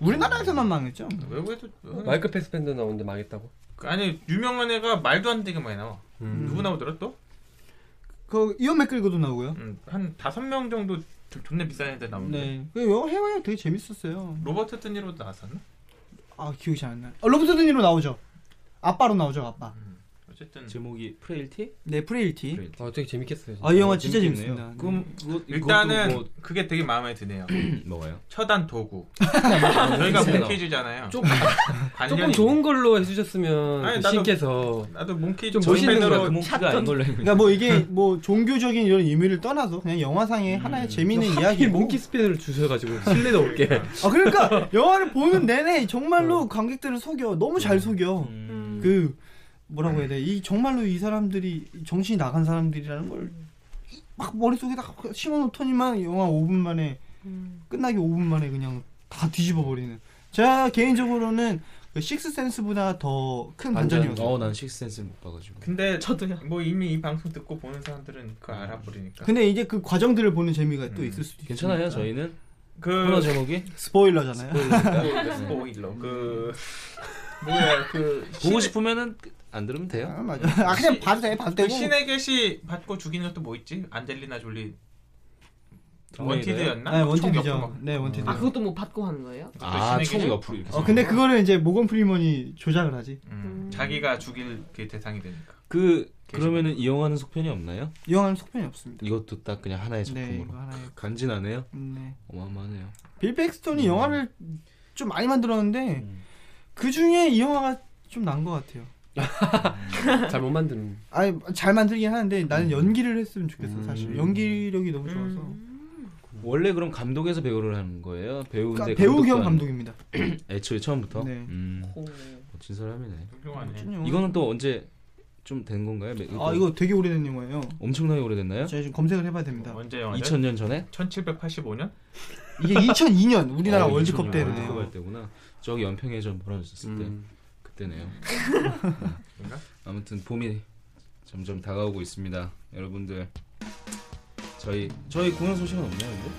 우리나라에서만 망했죠.
외국에도 어,
마이클 패스펜더 나오는데 망했다고?
아니 유명한 애가 말도 안 되게 많이 나와. 누구 나오더라 또?
그 이언 맥글거도 나오고요.
음, 한 다섯 명 정도 좀 존나 비싼 애들
음.
나오는데.
네. 그 영화 헤이와이어 되게 재밌었어요.
로버트 드니로도 나왔었나?
아 기억이 잘 안 나. 어, 로버트 드니로 나오죠. 아빠로 나오죠, 아빠.
어쨌든
음. 제목이 프레일티?
네, 프레일티.
프레일티.
아 되게 재밌겠어요. 진짜.
아, 이 영화 진짜
재밌겠네요.
재밌습니다.
그럼 그거
일단은
이것도
그게 되게 마음에 드네요.
뭐 먹어요?
처단 도구. 저희가
네.
패키지잖아요.
조금- 조금
관련이
좋은 걸로 해주셨으면
아니,
그
나도-
신께서
나도 몽키
좀
저희
멋있는
밴드로
거.
그 몽키가 아닌 걸로 알고
그러니까 뭐 이게 뭐 종교적인 이런 의미를 떠나서 그냥 영화상의
음.
하나의 재미있는 이야기.
음. 하필 몽키 스피드를 주셔가지고 실내도 올게.
아 그러니까 영화를 보는 내내 정말로 관객들을 속여. 너무 잘 속여.
어. 음.
그 뭐라고 해야 돼? 이 정말로 이 사람들이 정신이 나간 사람들이라는 걸 막 머릿속에다 심어놓더니만 영화 5분 만에
음.
끝나기 5분 만에 그냥 다 뒤집어 버리는. 제가 개인적으로는 그 식스센스보다 더 큰 반전이었어요.
어, 난 식스센스 못 봐가지고.
그러니까.
근데
저도요.
뭐 이미 이 방송 듣고 보는 사람들은 그거 알아버리니까.
근데 이제 그 과정들을 보는 재미가 또
음.
있을 수도 있어요.
괜찮아요, 저희는 코너
그
제목이
스포일러잖아요.
스포일러 그 뭐야 그
보고
신-
싶으면은 안 들으면 돼요.
아, 맞아. 아 그냥 봐도 돼, 봐도
그
되고.
신의 계시 받고 죽이는 것도 뭐 있지? 안젤리나 졸리
정의도요?
원티드였나?
네,
총 옆으로
원티드죠.
막.
네, 원티드.
아 그것도 뭐 받고 하는 거예요?
아,
신의
총
계시?
옆으로 이렇게.
어, 근데 그거를 이제 모건 프리먼이 조작을 하지.
음,
음.
자기가 죽일 그 대상이 되니까.
그 그러면은 이 영화는 속편이 없나요?
이 영화는 속편이 없습니다.
이것도 딱 그냥 하나의
네,
작품으로.
이거 하나의.
간지나네요.
음, 네.
어마어마하네요.
빌 백스톤이
음.
영화를 좀 많이 만들었는데
음.
그 중에 이 영화가 좀 난 것 같아요.
잘 못 만드는.
아니 잘 만들긴 하는데 나는 연기를 했으면 좋겠어
음.
사실. 연기력이 너무 좋아서.
음. 원래 그럼 감독에서 배우를 하는 거예요?
그러니까
배우인데
배우
감독도
겸
안-
감독입니다.
애초에 처음부터.
네.
음.
오.
멋진 사람이네.
훌륭하네.
좀 영화-
이거는 또 언제 좀 된 건가요? 매-
아 이거 되게 오래된 영화예요.
엄청나게 오래됐나요?
제가 지금 검색을 해봐야 됩니다.
언제 영화죠?
2000년 전에?
1785년?
이게 2002년 우리나라
어, 2000년.
월드컵
월드컵
때네요.
할 때구나. 저기 연평해전 벌어졌을 때
음.
그때네요.
그런가?
아무튼 봄이 점점 다가오고 있습니다. 여러분들 저희 저희 공연 소식은 없나요? 근데?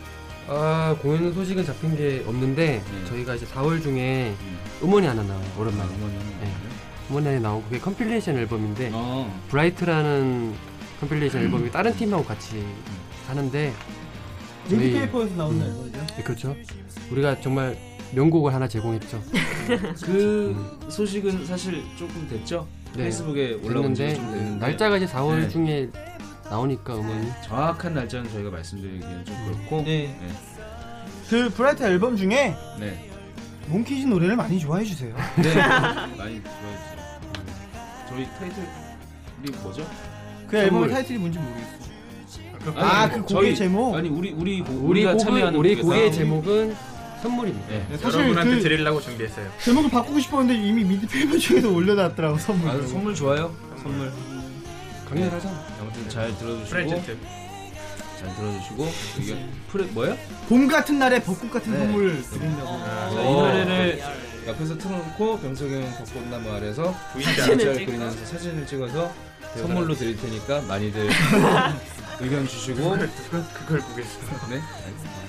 아 공연 소식은 잡힌 게 없는데
네.
저희가 이제 4월 중에
음.
음원이 하나 나와요. 오랜만에
음원이 하나
네.
나왔나요?
음원이 하나 나온 그게 컴필레이션 앨범인데
어. 음.
브라이트라는 컴필레이션 앨범이 다른 팀하고 같이 하는데 저희-
뮤직페이퍼에서 나온
음.
날 거죠.
네, 그렇죠. 우리가 정말 명곡을 하나 제공했죠.
그 소식은 사실 조금 됐죠?
네.
페이스북에 올라온 지좀
됐는데 음,
됐는데
날짜가 이제 4월
네.
중에 나오니까 음원이
정확한 날짜는 저희가 말씀드리기는 좀 그렇고 네.
네. 그 브라이트 앨범 중에
네.
몽키즈 노래를 많이 좋아해 주세요.
많이 좋아해 주세요. 네. 저희 타이틀이 뭐죠?
그 앨범
선물.
타이틀이 뭔지 모르겠어.
아니, 뭐
아 그 곡의
저희-
제목.
아니 우리 우리 곡-
우리
우리가
곡은
참여하는
우리
곡에서-
곡의 제목은 선물입니다.
네.
네, 사실
여러분한테
그
드리려고 준비했어요.
제목을 바꾸고 싶었는데 이미 미드페이퍼 중에서 올려놨더라고 선물.
아, 선물 좋아요. 선물.
강렬하잖아.
아무튼 잘 들어주시고
프레젠트.
잘 들어주시고 이게 프레 뭐야?
봄 같은 날에 벚꽃 같은
네.
선물 드린다고.
자, 이
아,
노래를 옆에서 틀어놓고 병석이 형 벚꽃나무 아래서
부인장.
사진을
잘
찍고.
그리면서 사진을 찍어서 선물로 드릴 테니까 많이들 의견 주시고
그걸, 그걸- 그걸 보겠어.
네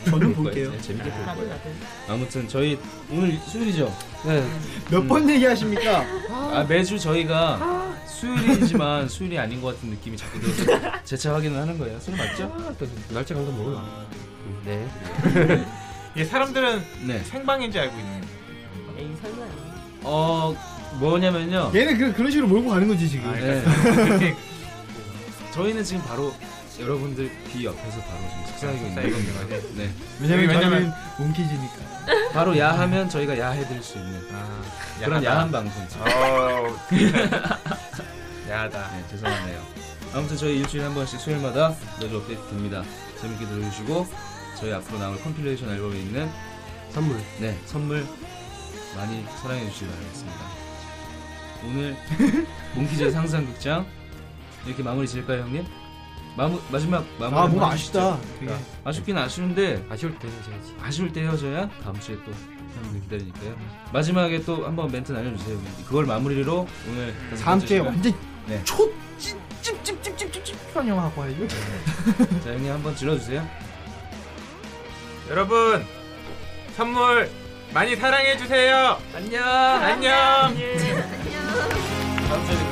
저는
볼 거예요.
볼게요.
네, 재밌게 볼
다들
거예요.
다들.
아무튼 저희 오늘 수요일이죠.
네.
몇 번 얘기하십니까?
아 매주 저희가 수요일이지만 수요일이 아닌 것 같은 느낌이 자꾸 들어서 재차 확인을 하는 거예요. 술 맞죠?
날짜 감각 모르나?
네.
예, 사람들은
네.
생방인지 알고 있는. 거예요.
에이 설마 아니야.
어 뭐냐면요.
얘는 그, 그런 식으로 몰고 가는 거지 지금.
아,
네.
그렇게
저희는 지금 바로 여러분들 귀 옆에서 바로 지금 식사하고
쌓이고
있는
있는
거예요.
거지.
네.
왜냐면
왜냐면-
왜냐면 몽키즈니까.
바로 야하면 저희가 야해드릴 수 있는
아,
그런
야하다.
야한 방송.
어, 야하다.
네, 죄송하네요. 아무튼 저희 일주일에 한 번씩 수요일마다 매주 업데이트 됩니다. 재밌게 들어주시고 저희 앞으로 나올 컴필레이션 앨범에 있는
선물.
네 선물 많이 사랑해 주시기 바라겠습니다. 오늘 몽키즈 상상극장 이렇게 마무리 지을까요 형님? 마무, 마지막 마무리
아,
한번
뭔가
해주시죠.
아쉽다. 되게.
아쉽긴 아쉬운데
아쉬울 때 해야지.
아쉬울 때 헤어져야 다음 주에 또 사람들 기다리니까요. 마지막에 또 한번 멘트 날려주세요. 그걸 마무리로 오늘 다섯
다음
번째
주에
시간.
완전
네.
초 찝찝찝찝찝찝찝한 영화 갖고 와야죠.
자 형님 한번 질러주세요.
여러분, 선물 많이 사랑해주세요.
안녕.
안녕.
다음 주에 뵙겠습니다.